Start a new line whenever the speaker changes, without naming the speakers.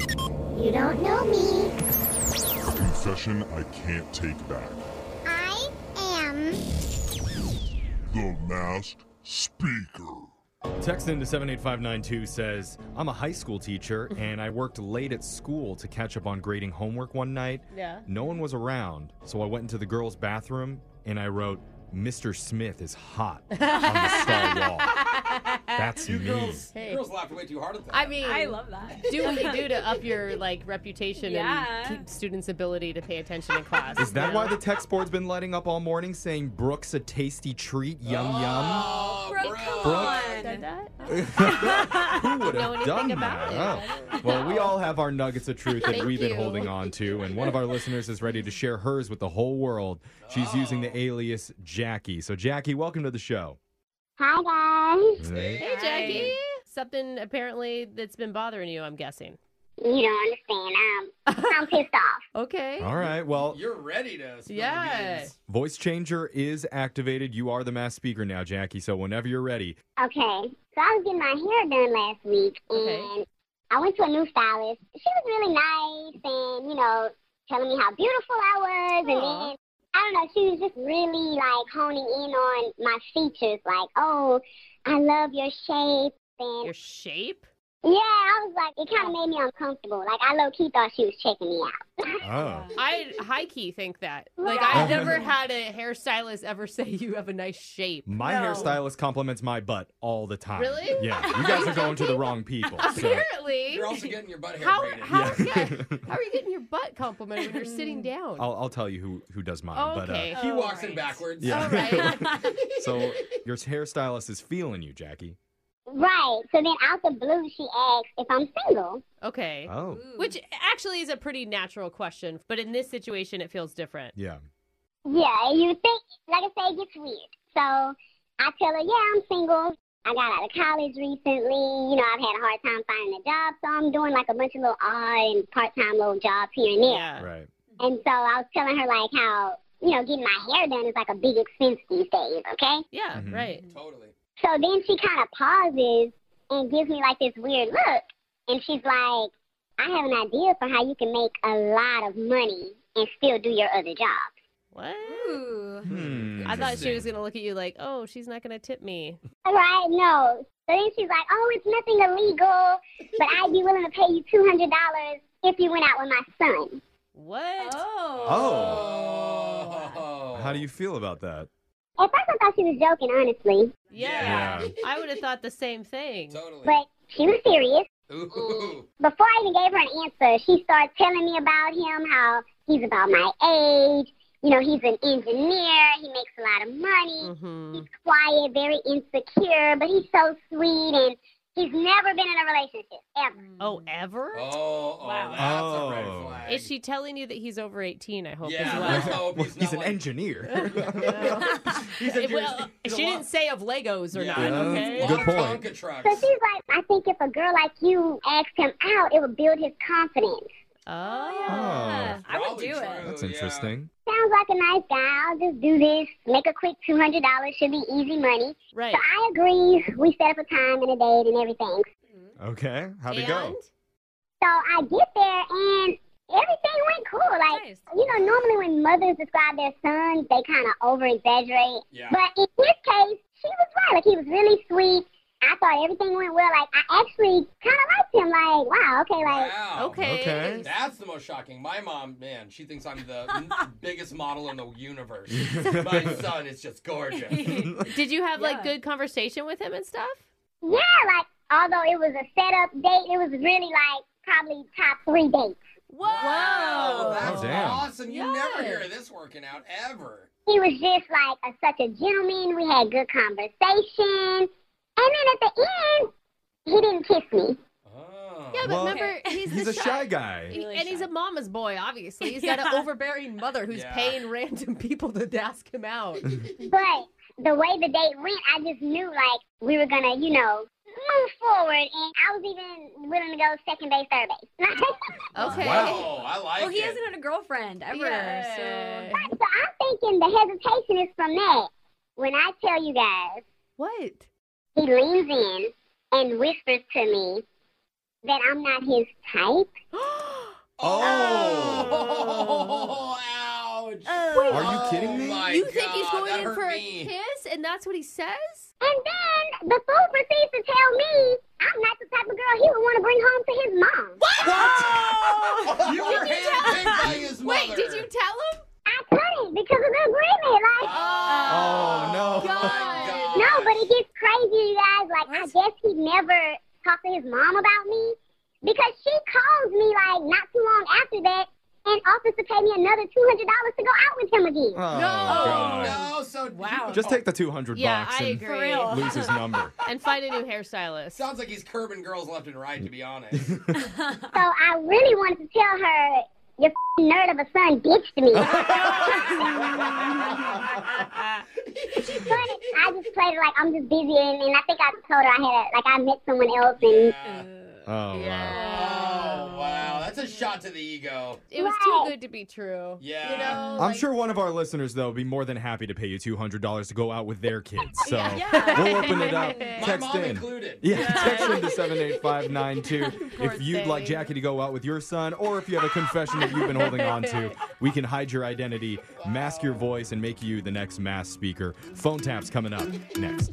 You don't know me.
A confession I can't take back.
I am.
The Masked Speaker.
Text into 78592 says, I'm a high school teacher and I worked late at school to catch up on grading homework one night.
Yeah.
No one was around, so I went into the girls' bathroom and I wrote, Mr. Smith is hot on the stall wall. That's
You
me.
girls,
Hey.
you girls laughed way too hard at that.
I mean,
I love that.
do what you do to up your like reputation
Yeah.
and keep students' ability to pay attention in class.
Is that
you
why
know?
the text board's been lighting up all morning saying Brooks a tasty treat, yum
Oh,
Brooke,
Brooke.
come on.
Said
yum?
that?
Who would
know
have
anything
done
about
that? Oh. Well, we all have our nuggets of truth that
Thank
we've been
you.
holding on to, and one of our listeners is ready to share hers with the whole world. She's using the alias Jackie. So, Jackie, welcome to the show.
Hi, guys.
Hey, Jackie. Something apparently that's been bothering you, I'm guessing.
You don't understand. I'm, I'm pissed off.
Okay.
All right. Well,
You're ready to spill
Yeah.
the beans.
voice changer is activated. You are the mass speaker now, Jackie. So, whenever you're ready,
Okay, so I was getting my hair done last week, and
Okay.
I went to a new stylist. She was really nice, and you know, telling me how beautiful I was, and
Aw.
then I don't know, she was just really like honing in on my features, like, oh, I love your shape, and
Your shape?
yeah, I was like, it kind of made me uncomfortable. Like, I low key thought she was checking me out.
oh,
I high key think that. Like I've never had a hairstylist ever say you have a nice shape.
my
No.
hairstylist compliments my butt all the time.
Really?
Yeah. You guys are going to the wrong people. So.
Apparently.
You're also getting your butt hair
how,
braided.
how,
Yeah.
yeah, how are you getting your butt complimented when you're sitting down?
I'll, I'll tell you who, who does mine. But, uh,
okay.
He
Oh,
walks in
right.
backwards.
Yeah.
All right.
So your hairstylist is feeling you, Jackie.
Right. So then, out the blue, she asked if I'm single.
Okay.
Oh,
Ooh.
Which actually is a pretty natural question, but in this situation, it feels different.
yeah.
Yeah, and you think, like I say, it gets weird. So I tell her, yeah, I'm single. I got out of college recently. You know, I've had a hard time finding a job, so I'm doing like a bunch of little odd and part-time little jobs here and there.
Yeah.
Right.
And so I was telling her like how, you know, getting my hair done is like a big expense these days, okay?
Yeah,
Mhm.
right.
Totally.
So then she kind of pauses and gives me like this weird look. And she's like, I have an idea for how you can make a lot of money and still do your other job.
What?
Oh.
Ooh.
Hmm.
I thought she was
Interesting.
going to look at you like, oh, she's not going to tip me.
All Right? No. So then she's like, oh, it's nothing illegal, but I'd be willing to pay you $200 if you went out with my son.
What?
Oh.
Oh.
Oh.
How do you feel about that?
At first, I thought she was joking, honestly,
Yeah.
Yeah.
I would have thought the same thing.
Totally.
but she was serious.
Ooh.
Before I even gave her an answer, she started telling me about him, how he's about my age. You know, he's an engineer, he makes a lot of money.
hmm
He's quiet, very insecure, but he's so sweet, and he's never been in a relationship, ever.
Oh, ever?
Oh, oh,
Wow.
that's a
Oh.
red flag.
Is she telling you that he's over 18, I hope,
Yeah,
as
let's
well?
hope
Well,
he's,
he's
not
an
like- Oh,
engineer.
He's a
well,
he's a
she
lo-
didn't say of Legos or
Yeah.
not, okay?
Well, Good point.
Tonka trucks.
So she's like, I think if a girl like you asked him out, it would build his confidence.
Oh,
Yeah. I would
Probably
do
true.
it.
That's
Yeah.
interesting.
Sounds like a nice guy. I'll just do this. Make a quick two hundred dollars. Should be easy money.
right.
So I agree. We set up a time and a date and everything.
Okay. How'd it
And?
go?
So I get there and everything went cool. Like
Nice.
you know, normally when mothers describe their sons, they kind of over exaggerate.
Yeah.
But in his case, she was right. Like he was really sweet. I thought everything went well. Like I actually kind of liked him. Like wow, okay, like.
Wow.
Okay.
Okay.
That's the most shocking. My mom, man, she thinks I'm the m- biggest model in the universe. My son is just gorgeous.
Did you have like
Yeah.
good conversation with him and stuff?
Yeah, like although it was a setup date, it was really like probably top three dates.
Whoa.
Wow, that's
Oh, damn.
awesome. You never
Yeah.
hear this working out ever.
He was just like a, such a gentleman. We had good conversation, and then at the end, he didn't kiss me.
Oh.
Yeah, but
Well,
remember, he's,
He's
the
a shy guy.
He-
Really
and he's
shy.
a mama's boy, obviously. He's got
Yeah.
an overbearing mother who's
Yeah.
paying random people to ask him out.
But the way the date went, I just knew like we were gonna, you know, move forward. And I was even willing to go second base, third base.
Okay.
Wow, Oh, I like
Well, he
it.
hasn't had a girlfriend ever,
Yeah.
so
so I'm thinking the hesitation is from that. When I tell you guys,
What?
he leans in and whispers to me that I'm not his type.
Oh.
Oh, ouch.
Oh.
Are you kidding me?
Oh my
you think he's
God,
going
that
in
hurt
for
me.
a kiss, and that's what he says?
And then the fool proceeds to tell me I'm not the type of girl he would want to bring home to his mom.
Oh, You were handpicked by his mother.
Wait, did you tell him?
I couldn't because of the agreement. Like,
Oh, no.
God.
no, but it gets crazy, you guys. Like, I
What?
guess he never talked to his mom about me because she calls me like not too long after that and offers to pay me another two hundred dollars to go out with him again.
Oh, God.
No, so oh,
Wow.
Just take the 200
Yeah,
bucks
I
and
agree.
real.
lose his number.
and find a new hairstylist.
Sounds like he's curbing girls left and right, to be honest.
So I really wanted to tell her, your f***ing nerd of a son ditched me. but I just played it like I'm just busy, and, and I think I told her I had a, like I met someone else, and
Yeah.
Oh, wow.
Oh, wow. That's a shot to the ego.
Uh, It was too good to be true.
Yeah.
You know?
I'm
like-
sure one of our listeners, though, would be more than happy to pay you $200 to go out with their kids. So
Yeah.
we'll open it up.
My
My
Text
mom
in.
included.
Yeah, text in to 78592
Poor
if you'd like
thing.
Jackie to go out with your son or if you have a confession that you've been holding on to. We can hide your identity, mask your voice, and make you the next mass speaker. Phone taps coming up next.